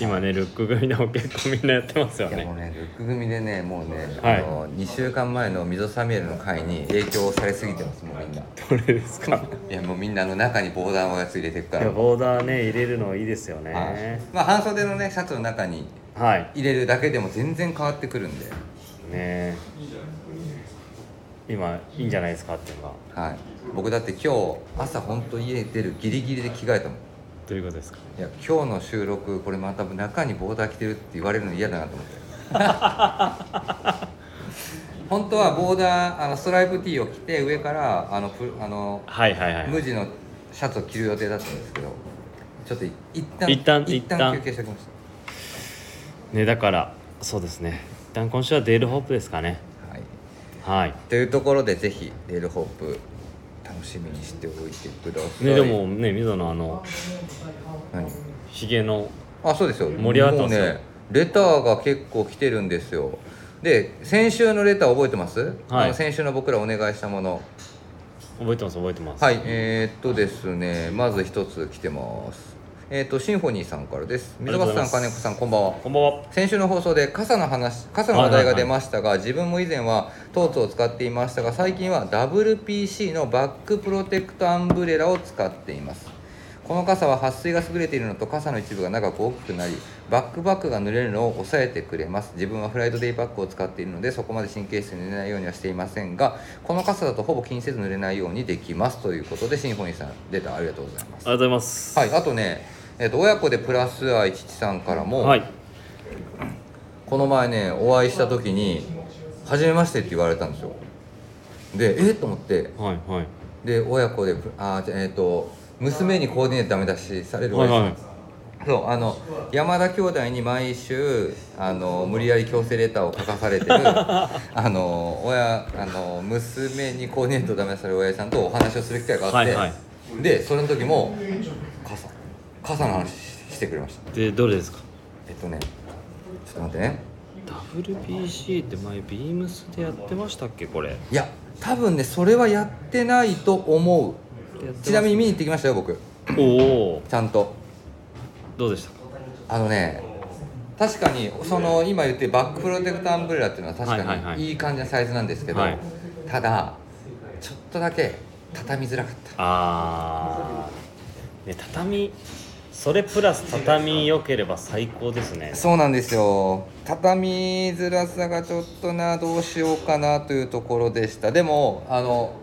Speaker 2: 今ねルック組でも結構みんなやってますよ
Speaker 1: いやも
Speaker 2: ね
Speaker 1: うねルック組でねもうね、
Speaker 2: はい
Speaker 1: あの2週間前の溝サミュエルの回に影響されすぎてますもうみんな
Speaker 2: これですか
Speaker 1: いやもうみんなあの中にボーダーのやつ入れてくか
Speaker 2: いや
Speaker 1: ら
Speaker 2: ボーダーね入れるのいいですよ
Speaker 1: はい
Speaker 2: ね
Speaker 1: まあ、半袖のねシャツの中に
Speaker 2: はい
Speaker 1: 入れるだけでも全然変わってくるんで、
Speaker 2: ね今いいんじゃないですかっていうのが
Speaker 1: はい、僕だって今日朝本当家出るギリギリで着替えたもん
Speaker 2: どういうことですか *laughs*
Speaker 1: いや今日の収録これまた中にボーダー着てるって言われるの嫌だなと思って本当はボーダーあのストライプ T を着て上からあのプあの
Speaker 2: はいはいはい
Speaker 1: 無地のシャツを着る予定だったんですけどちょっと一旦
Speaker 2: 一旦
Speaker 1: 一
Speaker 2: 一旦
Speaker 1: 旦休憩しておきまし
Speaker 2: ねだからそうですね一旦今週はデールホープですかね
Speaker 1: た、はい、
Speaker 2: はい
Speaker 1: というところでぜひレールホープ楽しみにしておいてください
Speaker 2: ねでもね水野のあの
Speaker 1: 何
Speaker 2: ひげの
Speaker 1: あそうですよ
Speaker 2: 盛り上がっ
Speaker 1: も
Speaker 2: たん
Speaker 1: う
Speaker 2: ですよ
Speaker 1: ねレターが結構来てるんですよで先週のレター覚えてます、
Speaker 2: はい
Speaker 1: あの先週の僕らお願いしたもの
Speaker 2: 覚えてます覚えてます
Speaker 1: はい、えーっとですね、まず一つ来てます。えーっと、シンフォニーさんからです。
Speaker 2: り
Speaker 1: 水
Speaker 2: がとう
Speaker 1: 橋
Speaker 2: ござ
Speaker 1: さ
Speaker 2: いま
Speaker 1: ん、金子
Speaker 2: す
Speaker 1: さん、こんばんは。
Speaker 2: こんばんは
Speaker 1: 先週の放送で傘の話傘の話題が出ましたが、自分も以前はトーツを使っていましたが最近は WPC のバックプロテクトアンブレラを使っていますこの傘は撥水が優れているのと傘の一部が長く大きくなりバックバックが濡れるのを抑えてくれます自分はフライドデイバッグを使っているのでそこまで神経質に濡れないようにはしていませんがこの傘だとほぼ気にせず濡れないようにできますということでシンフォニーさん出たありがとうございま
Speaker 2: あり
Speaker 1: す
Speaker 2: がとうございます
Speaker 1: はいあとね、えっと親子でプラス愛父さんからも、
Speaker 2: はい
Speaker 1: この前ねお会いした時に「初めまして」って言われたんですよでえっと思って
Speaker 2: はいはい
Speaker 1: で親子であーじゃあえっ、と娘にコーディネートダメ出しされるわ
Speaker 2: はい
Speaker 1: けです、
Speaker 2: はい
Speaker 1: そうあの山田兄弟に毎週あの無理やり強制レターを書かされて
Speaker 2: *laughs*
Speaker 1: るあの親あの娘にコーディネートダメ出しされる親父さんとお話をする機会があって、
Speaker 2: はいはい
Speaker 1: でそれの時も傘傘の話してくれました
Speaker 2: でどれですか
Speaker 1: えっとねちょっと待ってね
Speaker 2: WBC って前ビームスでやってましたっけこれ
Speaker 1: いや多分ねそれはやってないと思うちなみに見に行ってきましたよ僕
Speaker 2: おお
Speaker 1: ちゃんと
Speaker 2: どうでしたか
Speaker 1: あのね確かにその今言ってるバックプロテクトアンブレラっていうのは確
Speaker 2: はいはい
Speaker 1: か
Speaker 2: はい
Speaker 1: にいい感じのサイズなんですけど、
Speaker 2: はい
Speaker 1: ただちょっとだけ畳みづらかった
Speaker 2: あーね畳それプラス畳良ければ最高ですね
Speaker 1: そうなんですよ畳みづらさがちょっとなどうしようかなというところでしたでもあの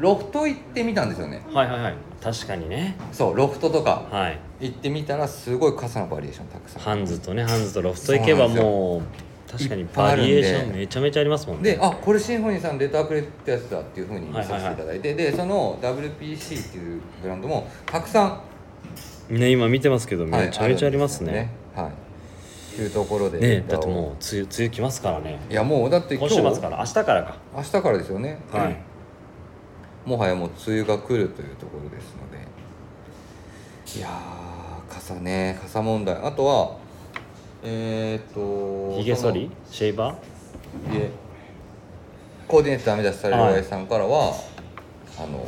Speaker 1: ロフト行ってみたんですよね
Speaker 2: はいはいはい確かにね
Speaker 1: そうロフトとか
Speaker 2: はい
Speaker 1: 行ってみたらすごい傘のバリエーションたくさん
Speaker 2: ハンズとねハンズとロフト行けばもう確かに
Speaker 1: いっぱいあ
Speaker 2: バ
Speaker 1: るん
Speaker 2: リ
Speaker 1: で
Speaker 2: エーションめちゃめちゃありますもんね
Speaker 1: であこれシンフォニーさんレターくれたやつだっていうふうに見させていただいて、でその WPC っていうブランドもたくさん、
Speaker 2: ね今見てますけど
Speaker 1: はい
Speaker 2: めちゃめちゃあります
Speaker 1: る
Speaker 2: ね,、
Speaker 1: んですよねはいというところで
Speaker 2: ね
Speaker 1: レター
Speaker 2: だ
Speaker 1: を
Speaker 2: ってもう梅雨梅雨来ますからね
Speaker 1: いやもうだって今
Speaker 2: 今
Speaker 1: 日
Speaker 2: 週末から明日からか
Speaker 1: 明日からですよね、
Speaker 2: はい
Speaker 1: もはやもう梅雨が来るというところですのでいやー傘ね傘問題あとはえー、っと
Speaker 2: ひげ剃り
Speaker 1: そ
Speaker 2: シェイバー
Speaker 1: のいえコーディネートダメ出しされる
Speaker 2: はい
Speaker 1: 親父さんからは、あの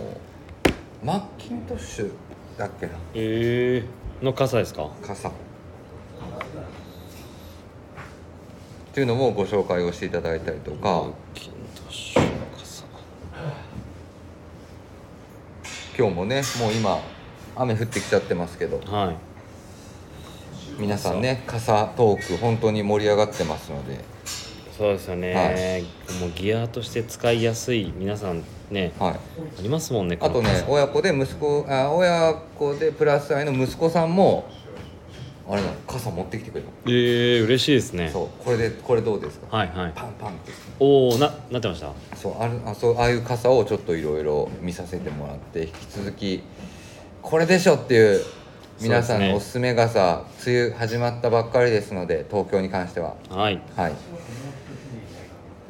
Speaker 1: マッキントッシュだっけな
Speaker 2: えー、の傘ですか
Speaker 1: 傘っていうのもご紹介をしていただいたりとか
Speaker 2: 金とシュ傘
Speaker 1: 今日もねもう今雨降ってきちゃってますけど
Speaker 2: はい
Speaker 1: 皆さんね傘トーク本当に盛り上がってますので
Speaker 2: そうですよね、もうギアとして使いやすい皆さんね
Speaker 1: はい
Speaker 2: ありますもんね
Speaker 1: あとね親子で息子あ親子でプラス愛の息子さんもあれなの傘持ってきてくれた
Speaker 2: えー、嬉しいですね
Speaker 1: そうこれでこれどうですか
Speaker 2: はいはい
Speaker 1: パンパンって
Speaker 2: おおななってました
Speaker 1: そうあるあそうああいう傘をちょっといろいろ見させてもらって引き続きこれでしょっていう皆さんの
Speaker 2: そうですね
Speaker 1: おすすめ傘、梅雨始まったばっかりですので東京に関しては
Speaker 2: はい
Speaker 1: はい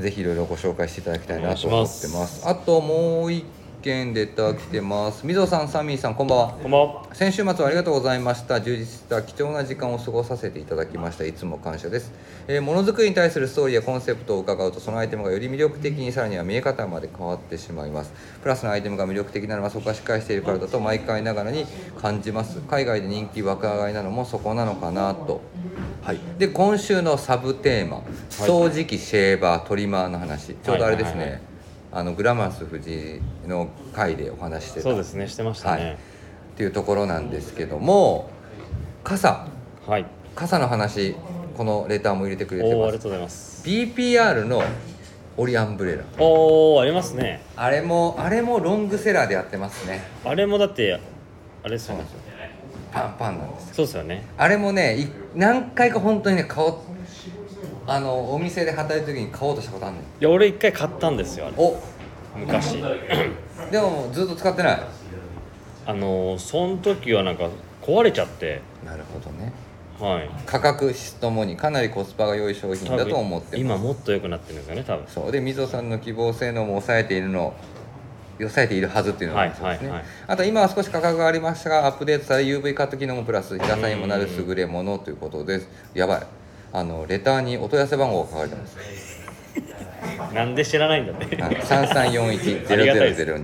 Speaker 1: ぜひいろいろご紹介していただきたいなと
Speaker 2: お願
Speaker 1: 思
Speaker 2: い
Speaker 1: っ
Speaker 2: してます
Speaker 1: ますあともう一件レター来てますみぞさんサミーさんこんばんは
Speaker 2: こんばんは
Speaker 1: 先週末はありがとうございました充実した貴重な時間を過ごさせていただきましたいつも感謝です、えーものづくりに対するストーリーやコンセプトを伺うとそのアイテムがより魅力的にさらには見え方まで変わってしまいますプラスのアイテムが魅力的なのはそこがしっかりしているからだと毎回ながらに感じます海外で人気爆上がりなのもそこなのかなとはい、で今週のサブテーマ掃除機シェーバートリマーの話ちょうどあれですね、
Speaker 2: はいはいはい
Speaker 1: あのグラマラス夫人の回でお話ししてた
Speaker 2: そうですねしてましたね
Speaker 1: っていうところなんですけども傘
Speaker 2: はい、
Speaker 1: 傘の話このレターも入れてくれて
Speaker 2: おお
Speaker 1: ま
Speaker 2: ありが
Speaker 1: す
Speaker 2: とうございます
Speaker 1: BPR のオリアンブレラ
Speaker 2: おおありますね
Speaker 1: あれもあれもロングセラーでやってますね
Speaker 2: あれもだってあれですよね
Speaker 1: パンパンなんです
Speaker 2: そうですよね
Speaker 1: あれもねい何回か本当にね顔あのお店で働いた時に買おうとしたことあんねん
Speaker 2: いや俺一回買ったんですよあれ
Speaker 1: お
Speaker 2: 昔
Speaker 1: でももうずっと使ってない
Speaker 2: あのーその時はなんか壊れちゃって
Speaker 1: なるほどね
Speaker 2: はい
Speaker 1: 価格質ともにかなりコスパが良い商品だと思ってます
Speaker 2: 今もっと良くなってるんですよね多分
Speaker 1: そうでみぞさんの希望性能も抑えているの抑えているはずっていうのがあるんですね、
Speaker 2: はいはいはい
Speaker 1: あと今は少し価格がありましたがアップデートされ UV カット機能もプラス日傘にもなる優れものということですやばいあのレターにお問い合わせ番号が書かれてます
Speaker 2: なんで知らないんだって *laughs*
Speaker 1: 三三四一ゼロ
Speaker 2: ありが
Speaker 1: ゼ
Speaker 2: た
Speaker 1: ロ
Speaker 2: いで
Speaker 1: ゼロ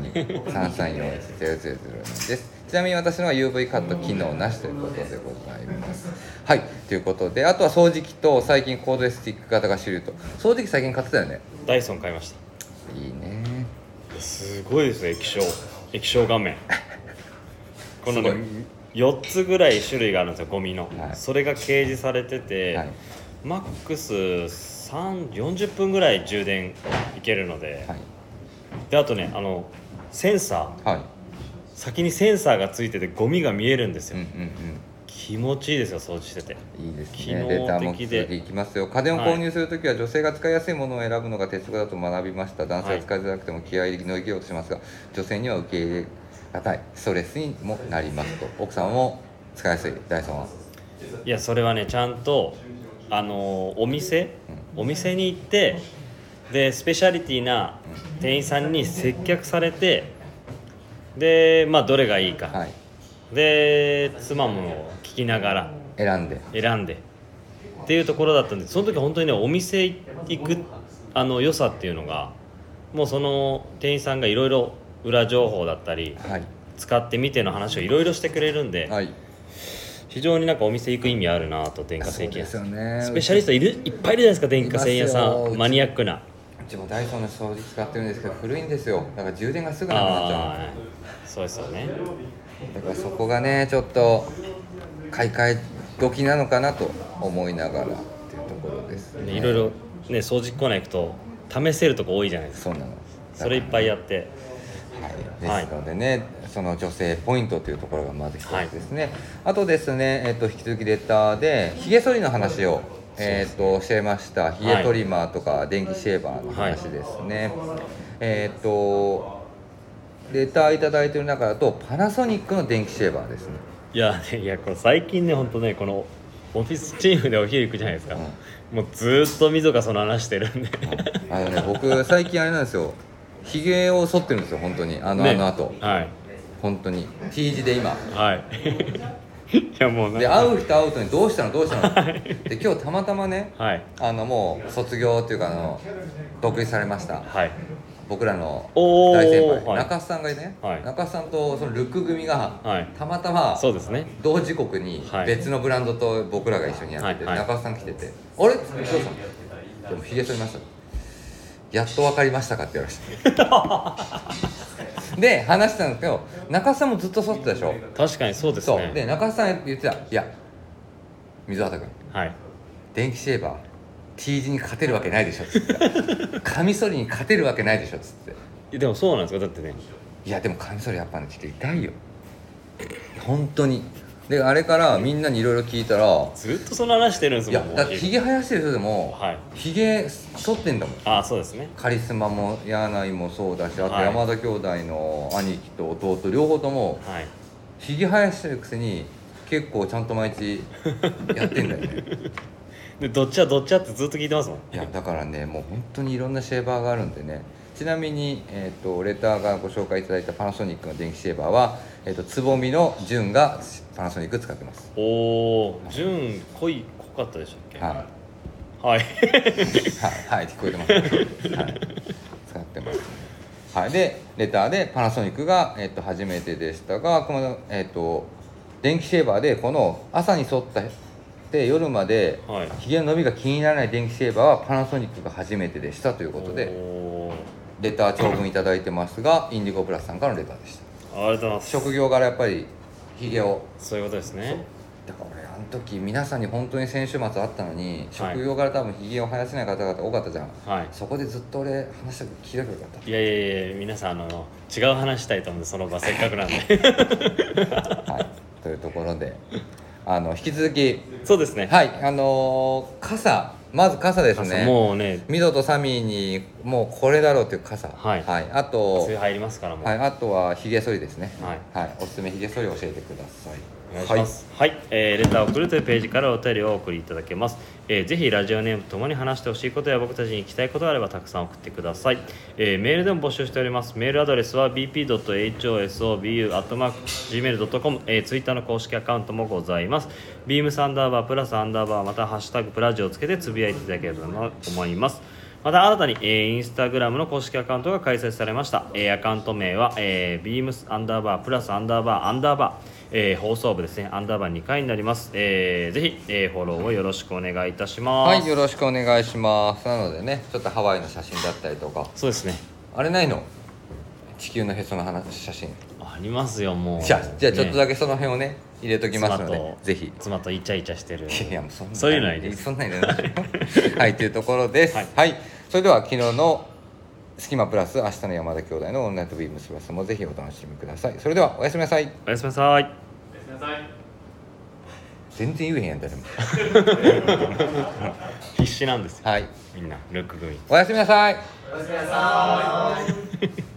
Speaker 1: 二三三四一ゼロゼロゼロ二です。ちなみに私のは UV カット機能なしということでございます。はい、ということで、あとは掃除機と最近コードスティック型が主流と。掃除機最近買ってたよね。
Speaker 2: ダイソン買いまし
Speaker 1: いいね。
Speaker 2: たすごいですね液晶液晶
Speaker 1: *laughs*
Speaker 2: 画面こ
Speaker 1: す
Speaker 2: の
Speaker 1: ごい
Speaker 2: ね4つぐらい種類があるんですよゴミの、
Speaker 1: はい
Speaker 2: それが掲示されてて、
Speaker 1: はい
Speaker 2: マックス3 40分ぐらい充電いけるので、
Speaker 1: はい。
Speaker 2: であとねあのセンサー
Speaker 1: はい。
Speaker 2: 先にセンサーがついててゴミが見えるんです
Speaker 1: う
Speaker 2: よ、
Speaker 1: ん
Speaker 2: 気持ちいいですよ掃除してて
Speaker 1: うんうん。いいです
Speaker 2: 機
Speaker 1: ね。
Speaker 2: 能的で
Speaker 1: レターも続けていきますよ。家電を購入するときは女性が使いやすいものを選ぶのが鉄則だと学びました。男性は使いづらくても気合いで乗り切ろうとしますが、女性には受け入れがたいストレスにもなりますと。奥さんも使いやすいダイソンは。
Speaker 2: いやそれはねちゃんとあのーお店、お店に行ってでスペシャリティな店員さんに接客されてでまあどれがいいか、
Speaker 1: はい、
Speaker 2: で妻も聞きながら
Speaker 1: 選んで、
Speaker 2: 選んでっていうところだったんでその時本当にねお店行くあの良さっていうのがもうその店員さんがいろいろ裏情報だったり
Speaker 1: はい、
Speaker 2: 使ってみての話をいろいろしてくれるんで、
Speaker 1: はい、
Speaker 2: 非常になんかお店行く意味あるなと電化製品屋さん
Speaker 1: ね
Speaker 2: スペシャリストいるいっぱいいるじゃないですか電化製品屋さ
Speaker 1: います
Speaker 2: ん
Speaker 1: よ
Speaker 2: マニアックな
Speaker 1: うちもダイソンの掃除機使ってるんですけど古いんですよだから充電がすぐなくなっちゃ
Speaker 2: あーそうですよね
Speaker 1: うだからそこがねちょっと買い替え時なのかなと思いながらっていうところです
Speaker 2: で
Speaker 1: ね
Speaker 2: いろいろね掃除機コーナー行くと試せるとこ多いじゃないですか
Speaker 1: そうなの
Speaker 2: それいっぱいやって
Speaker 1: はい、ですのでね、その女性ポイントというところがまず一つですね、あとですね、えっと引き続きレターでひげ剃りの話を、えっとしてましたひげトリマーとか電気シェーバーの話ですね、えっとレターいただいてる中だとパナソニックの電気シェーバーですね
Speaker 2: いやねいやこれ最近ね本当ねこのオフィスチームでお昼行くじゃないですか、もうずーっと溝がその話してる *laughs* んで
Speaker 1: あのね僕最近あれなんですよひげを剃ってるんですよ本当にあの、
Speaker 2: ね
Speaker 1: あの後
Speaker 2: はい
Speaker 1: 本当に T 字で今
Speaker 2: はい *laughs* いやもうなん
Speaker 1: で
Speaker 2: か
Speaker 1: 会う人会う人にどうしたのどうしたので今日たまたまね
Speaker 2: はい
Speaker 1: あのもう卒業っていうかあの独立されました
Speaker 2: はい
Speaker 1: 僕らの
Speaker 2: おー
Speaker 1: 大先輩、
Speaker 2: はい
Speaker 1: 中須さんがね、
Speaker 2: はい
Speaker 1: 中須さんとそのルック組が、
Speaker 2: はい
Speaker 1: たまたま
Speaker 2: そうですね
Speaker 1: 同時刻に
Speaker 2: はい
Speaker 1: 別のブランドと僕らが一緒にやってて、
Speaker 2: はいはい
Speaker 1: 中須さん来てて「あれどうしたの?」でもひげ剃りました」やっと分かりましたかって言われました *laughs* で話したんですけど中須さんもずっと剃ってたでしょ
Speaker 2: 確かにそうです
Speaker 1: そう
Speaker 2: ね
Speaker 1: で中須さん言ってた「いや水畑君
Speaker 2: はい
Speaker 1: 電気シェーバー T 字に勝てるわけないでしょ」っつ
Speaker 2: *laughs*
Speaker 1: って「カミソリに勝てるわけないでしょ」っつって
Speaker 2: でもそうなんですよだってね
Speaker 1: 「いやでもカミソリやっぱねちょっと痛いよ本当にであれからみんなにいろいろ聞いたらい
Speaker 2: ずーっとその話してるんですも
Speaker 1: や
Speaker 2: んもう
Speaker 1: だってひげ生やしてる人でも、
Speaker 2: はい
Speaker 1: ひげ剃ってんだもん
Speaker 2: ああそうですね
Speaker 1: カリスマも柳井もそうだしあと
Speaker 2: はい
Speaker 1: 山田兄弟の兄貴と弟両方とも
Speaker 2: はい
Speaker 1: ひげ生やしてるくせに結構ちゃんと毎日やってんだよね
Speaker 2: *laughs* でどっちやどっちやってずっと聞いてますもん
Speaker 1: いやだからねもう本当にいろんなシェーバーがあるんでねちなみに、えー、とレターがご紹介いただいたパナソニックの電気シェーバーは、えー、とつぼみの純がパナソニック使ってます
Speaker 2: おお純濃い濃かったでしたっけ
Speaker 1: はい
Speaker 2: は
Speaker 1: は
Speaker 2: い
Speaker 1: い、はい、聞こえてます、はい、使ってます、はい、でレターでパナソニックが、えっと初めてでしたがこの、えっと電気シェーバーでこの朝に沿ったで夜まで
Speaker 2: はい
Speaker 1: ひげの伸びが気にならない電気シェーバーはパナソニックが初めてでしたということで
Speaker 2: おー
Speaker 1: レター長文いただいてますがインディゴプラスさんからのレターでした
Speaker 2: ありがとうございます
Speaker 1: 職業柄やっぱりひげを
Speaker 2: そういうことですね
Speaker 1: だから俺あの時皆さんに本当に先週末あったのに
Speaker 2: はい
Speaker 1: 職業柄多分ひげを生やせない方々多かったじゃん、
Speaker 2: はい
Speaker 1: そこでずっと俺話した時聞いたけばよかっ
Speaker 2: いやいやいや皆さんあの違う話したいと思うんでその
Speaker 1: *laughs*
Speaker 2: 場せっかくなんで
Speaker 1: た、はい、
Speaker 2: *laughs*
Speaker 1: というところであの引き続き
Speaker 2: そうですね
Speaker 1: はいあのー傘まず傘です
Speaker 2: 傘
Speaker 1: ね
Speaker 2: もうね
Speaker 1: ミドとサミーにもうこれだろうという傘
Speaker 2: はい
Speaker 1: あと
Speaker 2: 梅雨入りますからもう、
Speaker 1: はいあとはひげ剃りですね
Speaker 2: はい
Speaker 1: おすすめひげ剃り教えてください
Speaker 2: お願いしますはい、えーレターを送るというページからお便りをお送りいただけます、えーぜひラジオネームとともに話してほしいことや僕たちに聞きたいことがあればたくさん送ってください、えーメールでも募集しておりますメールアドレスは bp.hosobu.gmail.com、えー、ツイッターの公式アカウントもございますビームサンダーバープラスアンダーバーまたはハッシュタグプラジをつけてつぶやいていただければと思いますまた新たに、えーインスタグラムの公式アカウントが開設されました、えーアカウント名は、えー、ビームスアンダーバープラスアンダーバーアンダーバー、えー放送部ですねアンダーバー2回になります、えーぜひ、えーフォローをよろしくお願いいたします、
Speaker 1: はいよろしくお願いしますなのでねちょっとハワイの写真だったりとか
Speaker 2: そうですね
Speaker 1: あれないの地球のへその話写真
Speaker 2: ありますよもう
Speaker 1: じゃあじゃあちょっとだ
Speaker 2: け
Speaker 1: けその辺をね入れときますのでぜひ
Speaker 2: 妻とイチャイチャしてる
Speaker 1: いやもうそんな
Speaker 2: そういうのはいいです
Speaker 1: そんなんいらないはいというところですは
Speaker 2: はいい、
Speaker 1: それでは昨日の「スキマプラス明日の山田兄弟のオンライトビームスプラス」もぜひお楽しみくださいそれではおやすみなさい
Speaker 2: おやすみなさい
Speaker 1: 全然言えへんやん誰も
Speaker 2: 必死なんですよ
Speaker 1: はい
Speaker 2: みんなルック組
Speaker 1: おやすみなさい
Speaker 3: おやすみなさい。